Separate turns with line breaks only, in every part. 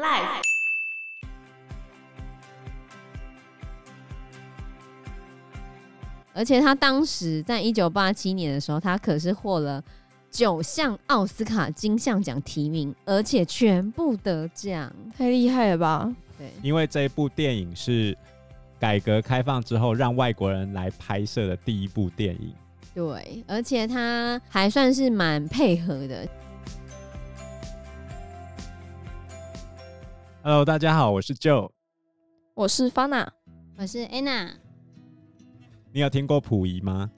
Life。
而且他当时在一九八七年的时候，他可是获了九项奥斯卡金像奖提名，而且全部得奖。
太厉害了吧！
对，
因为这一部电影是改革开放之后让外国人来拍摄的第一部电影。
对，而且他还算是蛮配合的。
Hello，大家好，我是 Joe。
我是 Fana，
我是 Anna，
你有听过溥仪吗？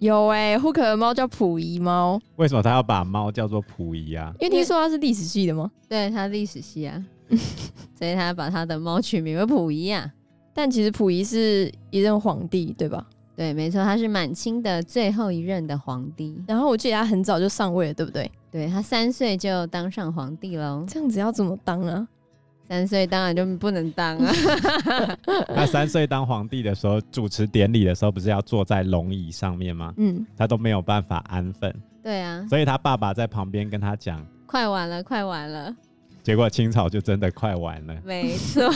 有哎、欸，户口的猫叫溥仪猫，
为什么他要把猫叫做溥仪啊？
因为听说它是历史系的吗？
对他历史系啊， 所以他把他的猫取名为溥仪啊。
但其实溥仪是一任皇帝，对吧？
对，没错，他是满清的最后一任的皇帝。
然后我记得他很早就上位了，对不对？
对他三岁就当上皇帝喽，
这样子要怎么当啊？
三岁当然就不能当 啊。
他三岁当皇帝的时候，主持典礼的时候，不是要坐在龙椅上面吗？
嗯，
他都没有办法安分，
对啊，
所以他爸爸在旁边跟他讲，
快完了，快完了，
结果清朝就真的快完了。
没错。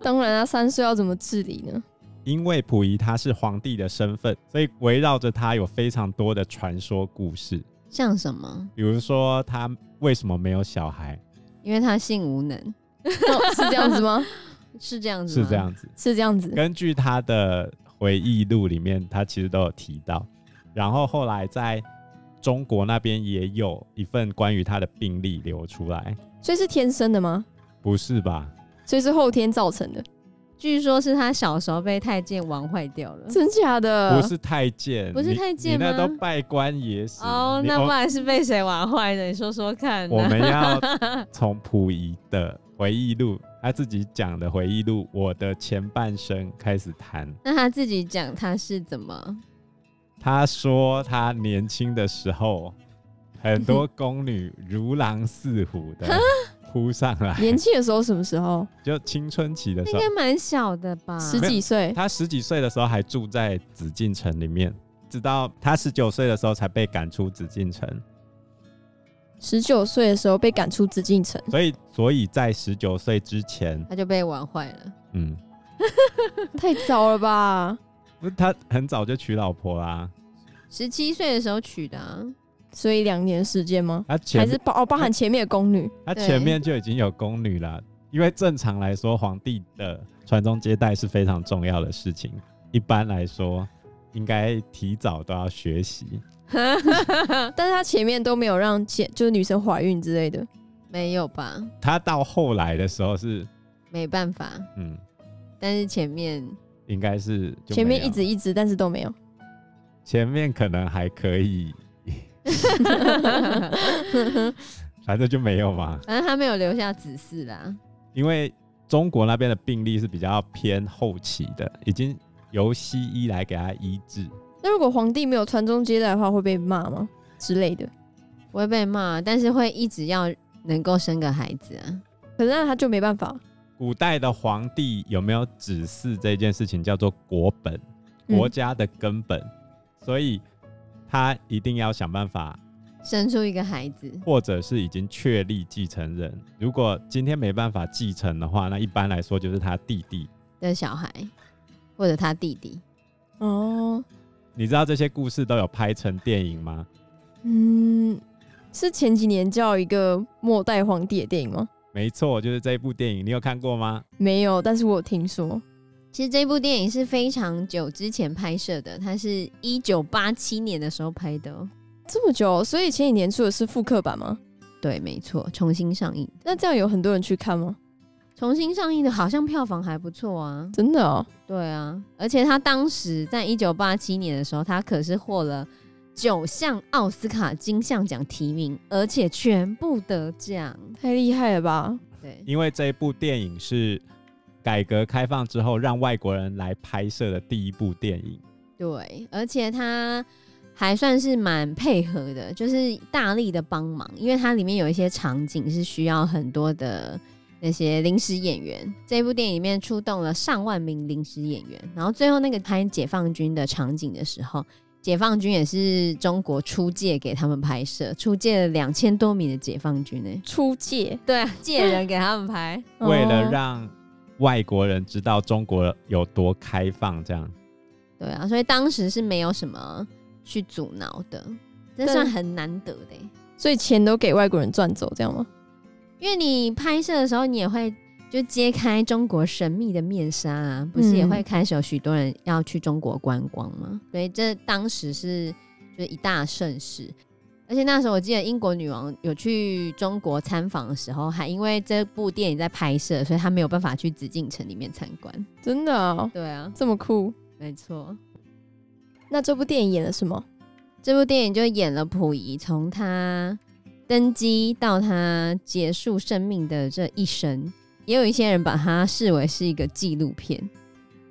当然他三岁要怎么治理呢？
因为溥仪他是皇帝的身份，所以围绕着他有非常多的传说故事，
像什么？
比如说他为什么没有小孩，
因为他性无能，
哦 是这样子吗？
是这样子？
是这。样子。
是这样子。
根据他的回忆录里面，他其实都有提到。然后后来在中国那边也有一份关于他的病例流出来，
所以是天生的吗？
不是吧？
所以是后天造成的？
据说是他小时候被太监玩坏掉了。
真假的？
不是太监，
呃不是
你
太监
你那
吗
都拜官野史。
哦，
你
那不
我
然是被谁玩坏的？你说说看、啊
我们要从溥仪的回忆录，他自己讲的回忆录《我的前半生》开始谈。
那他自己讲他是怎么？
他说他年轻的时候，很多宫女如狼似虎的扑上来，
年轻的时候什么时候？
就青春期的
那
时
应
候
该，蛮小的吧？
十几岁？
他啊十几岁的时候还住在紫禁城里面，直到他十九岁的时候才被赶出紫禁城。
十九岁的时候被赶出紫禁城，
所以，所以在十九岁之前，
他就被玩坏了。
嗯，
太早了吧？
不是他很早就娶老婆啦。
十七岁的时候娶的、啊，
所以两年时间吗？
他
还
前
是包哦包含前面的宫女？
他
对
前面就已经有宫女了，因为正常来说，皇帝的传宗接代是非常重要的事情。一般来说，应该提早都要学习。
但是他前面都没有让前就是女生怀孕之类的，
没有吧？
他到后来的时候是，
没办法，
嗯，
但是前面
应该是就
前面
没有
一直一直，但是都没有。
前面可能还可以，反正就没有嘛。
反正他没有留下子嗣啦。
因为中国那边的病例是比较偏后期的，已经由西医来给他医治。
那如果皇帝没有传宗接代的话，会被骂吗之类的？
不会被骂，但是会一直要能够生个孩子啊。
可是那他就没办法。
古代的皇帝有没有指示这件事情叫做国本，
嗯
国家的根本，所以他一定要想办法，
生出一个孩子，
或者是已经确立继承人。如果今天没办法继承的话，那一般来说就是他弟弟。
的小孩，或者他弟弟。
哦，
你知道这些故事都有拍成电影吗？
嗯，是前几年叫一个末代皇帝的电影吗？
没错，就是这一部电影，你有看过吗？
没有，但是我有听说。
其实这部电影是非常久之前拍摄的，它是一九八七年的时候拍的、哦。
这么久，所以前几年出的是复刻版吗？
对，没错，重新上映，
那这样有很多人去看吗？
重新上映的好像票房还不错啊。
真的哦，
对啊，而且他当时在一九八七年的时候，他可是获了九项奥斯卡金像奖提名，而且全部得奖。
太厉害了吧！
对，
因为这一部电影是改革开放之后让外国人来拍摄的第一部电影。
对，而且他还算是蛮配合的，就是大力的帮忙，因为它里面有一些场景是需要很多的那些临时演员。这部电影里面出动了上万名临时演员，然后最后那个拍解放军的场景的时候。解放军也是中国出借给他们拍摄，出借了两千多名的解放军呢、
出界，
对啊，借人给他们拍，
为了
哦
让外国人知道中国有多开放，这样
对啊，所以当时是没有什么去阻挠的，这
但
算很难得的欸、
所以钱都给外国人赚走，这样吗？
因为你拍摄的时候，你也会就揭开中国神秘的面纱啊，不是也
嗯
会开始有许多人要去中国观光吗？所以这当时是就是一大盛事。而且那时候我记得英国女王有去中国参访的时候，还因为这部电影在拍摄，所以她没有办法去紫禁城里面参观。
真的啊，
对啊，
这么酷。
没错。
那这部电影演了什么？
这部电影就演了溥仪从他登基到他结束生命的这一生，也有一些人把它视为是一个纪录片，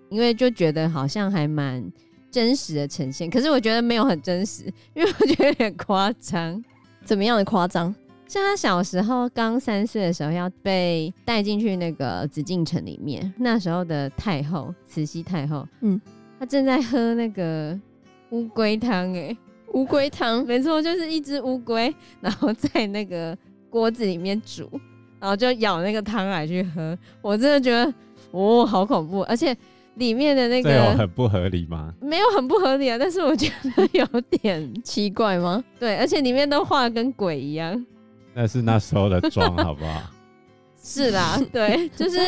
因为就觉得好像还蛮真实的呈现。可是我觉得没有很真实，因为我觉得有点夸张。
怎么样的夸张？
像他小时候刚三岁的时候，要被带进去那个紫禁城里面，那时候的太后慈禧太后，嗯
嗯，
她正在喝那个乌龟汤、欸，
乌龟汤，
没错，就是一只乌龟，然后在那个锅子里面煮，然后就舀那个汤来去喝。我真的觉得，哦，好恐怖！而且里面的那
这有
个
哦很不合理吗？
没有很不合理啊，但是我觉得有点
奇怪吗？
对，而且里面都画得跟鬼一样。
那是那时候的妆，好不好？
是啦， 对，就是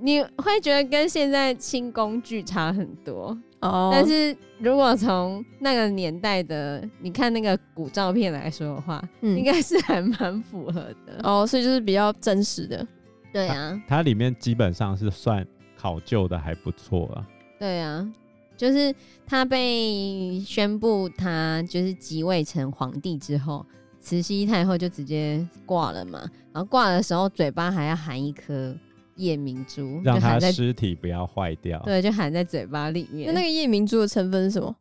你会觉得跟现在清宫剧差很多。
哦，
但是如果从那个年代的你看那个古照片来说的话，
嗯
应该是还蛮符合的。
哦，所以就是比较真实的，
对啊，
它里面基本上是算考究的还不错啊。
对啊，就是他被宣布他就是即位成皇帝之后，慈禧太后就直接挂了嘛。然后挂的时候，嘴巴还要含一颗夜明珠，
让
就
它
含在
尸体不要坏掉。
嗯 对，就含在嘴巴里面。
那那个夜明珠的成分是什么？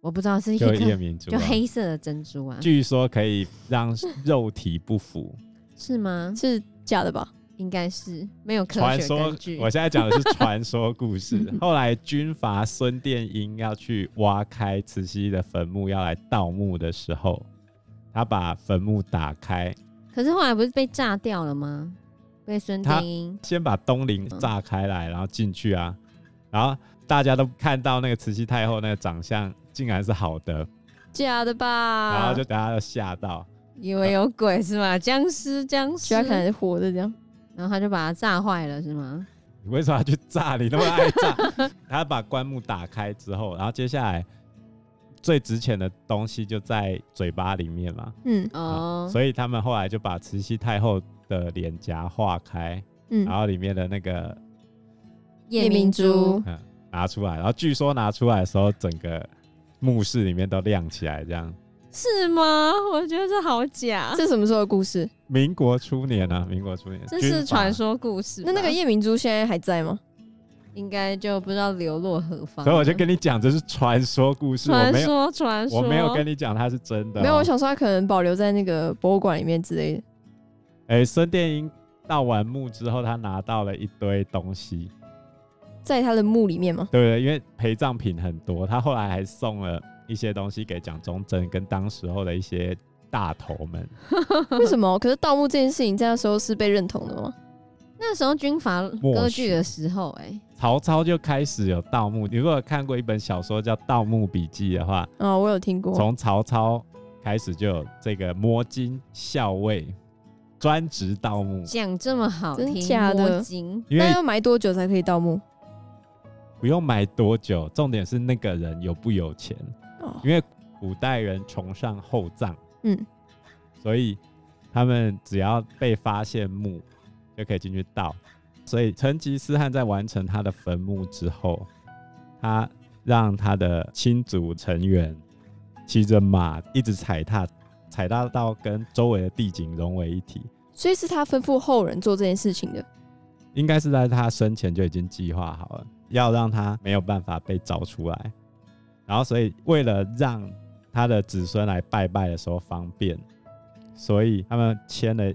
我不知道是一
就
颗
夜明珠、啊
就，黑色的珍珠啊，
据说可以让肉体不腐。
是吗？
是假的吧？
应该是没 有科
传
学
说
根据，。
我现在讲的是传说 故事。后来军阀孙殿英要去挖开慈禧的坟墓，要来盗墓的时候，他把坟墓打开，
可是后来不是被炸掉了吗？被孙
他
殿英
先把东陵
嗯
炸开来，然后进去啊，然后大家都看到那个慈禧太后那个长相竟然是好的，
假的吧？
然后就大家都吓到。
以为有鬼是吗？僵尸，僵尸
其，他可能是活的这样。
然后他就把它炸坏了是吗？
你为什么要去炸？你那么爱炸？ 他把棺木打开之后，然后接下来最值钱的东西就在嘴巴里面嘛。
嗯
哦，
所以他们后来就把慈禧太后的脸颊化开，
嗯
然，后里面的那个
夜明珠，
嗯拿出来，然后据说拿出来的时候，整个墓室里面都亮起来。这样，
是吗？我觉得这好假，
啊这什么时候的故事？
民国初年啊，民国初年，
这
军
是
阀
传。说故事吧。
那那个夜明珠现在还在吗？
应该就不知道流落何方了。
所以我就跟你讲，这是传说故事，我
传
没有，
说传说，
我没有跟你讲它是真的
啊
哦、
没有，我想说它可能保留在那个博物馆里面之类的。
哎、孙殿英盗完墓之后，他拿到了一堆东西，
在他的墓 里面吗？
对不对？因为陪葬品很多，他后来还送了一些东西给蒋中正跟当时候的一些大头们。
为什么？可是盗墓这件事情在那时候是被认同的吗？
那时候军阀
默
割
许
据的时候，哎，
曹操就开始有盗墓。你如果有看过一本小说叫《盗墓笔记》的话，
哦，我有听过。
从曹操开始就有这个摸金校尉，专职盗墓。
讲这么好
真
听，
假的
摸金
因为
那要埋多久才可以盗墓？
不用买多久，重点是那个人有不有钱。
哦，
因为古代人崇尚厚葬，
嗯，
所以他们只要被发现墓，就可以进去盗。所以成吉思汗在完成他的坟墓之后，他让他的亲族成员骑着马一直踩踏，踩踏到跟周围的地景融为一体。
所以是他吩咐后人做这件事情的。
应该是在他生前就已经计划好了，要让他没有办法被找出来。然后，所以为了让他的子孙来拜拜的时候方便，所以他们牵了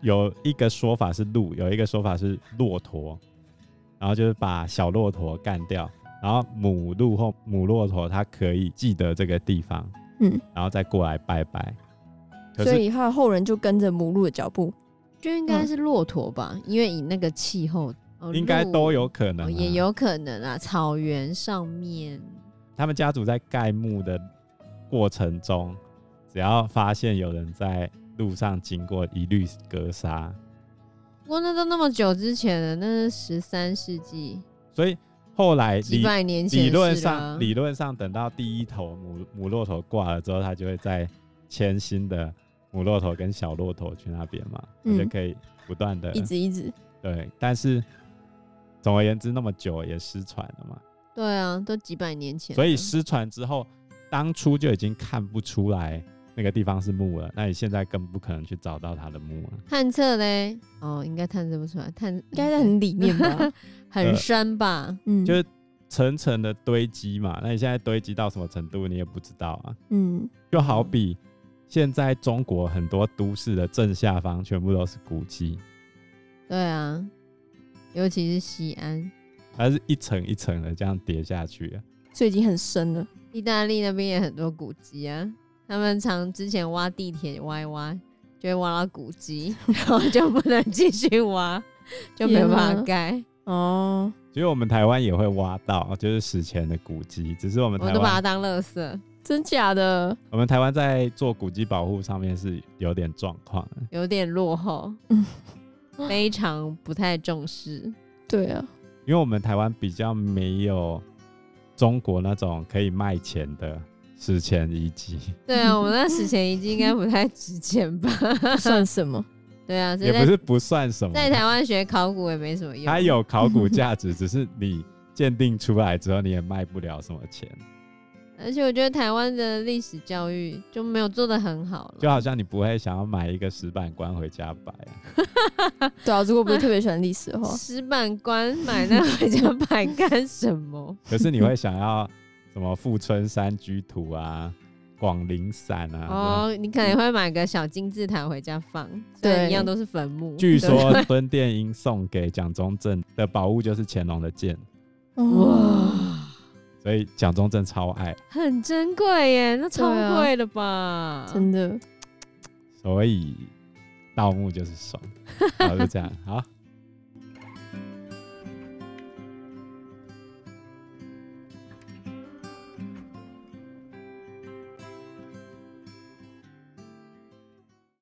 有一个说法是鹿，有一个说法是骆驼，然后就是把小骆驼干掉，然后母鹿或母骆驼它可以记得这个地方，
嗯，
然后再过来拜拜。可
所
是
以他的后人就跟着母鹿的脚步。
就应该是骆驼吧，因为以那个气候，哦
应该都有可
鹿
能、
哦
啊，
也有可能啦。草原上面，
他们家族在盖墓的过程中，只要发现有人在路上经过，一律格杀。
不过那都那么久之前了，那是十三世纪，
所以后来
几
理
百年前
理论
的事啦
上理论上，等到第一头母母骆驼挂了之后，它就会再迁新的母骆驼跟小骆驼去那边嘛，它
嗯
就可以不断的
一直一直，
对。但是总而言之，那么久也失传了嘛，
对啊，都几百年前了，
所以失传之后，当初就已经看不出来那个地方是墓了，那你现在更不可能去找到它的墓了。
探测嘞，哦，应该探测不出来，探
应该在 很里面吧？
很深吧？
嗯，
就是层层的堆积嘛，那你现在堆积到什么程度，你也不知道啊。
嗯，
就好比现在中国很多都市的正下方全部都是古迹，
对啊，尤其是西安、
它是一层一层的这样叠下去啊的。
所以已经很深了。
意大利那边也很多古迹啊，他们常之前挖地铁挖一挖，就会挖到古 迹，然后就不能继续挖，就没办法盖，
哦，
其实我们台湾也会挖到，就是史前的古迹，只是我们
我
台
都把它当
湾
垃圾，
真假的？
我们台湾在做古迹保护上面是有点状况的。
有点落 后，非常不太重视。
对啊，
因为我们台湾比较没有中国那种可以卖钱的史前遗迹，
对啊，我们那史前遗迹应该不太值钱 吧？
算什么？
对啊，只
也
是
不
在
是不算什么。
在台湾学考古也没什么用。
它有考古价值， 只是你鉴定出来之后，你也卖不了什么 钱。
而且我觉得台湾的历史教育就没有做得很好
就啊
了。
好像你不会想要买一个石板棺回家摆啊、
对啊，如果不是特别喜欢历史的话，
石板棺买那回家摆干什么？
可是你会想要什么富春山居图啊、广陵散 啊。
哦，你可能会买个小金字塔回家放，虽然
对
一样都是坟墓。
据
对
说 敦殿英送给蒋中正的宝物就是乾隆的剑，
哇，
哇，
所以蒋中正超爱。
很珍贵耶，那超
对啊
贵了吧？
真的
所以盗墓就是爽，好就这样，好，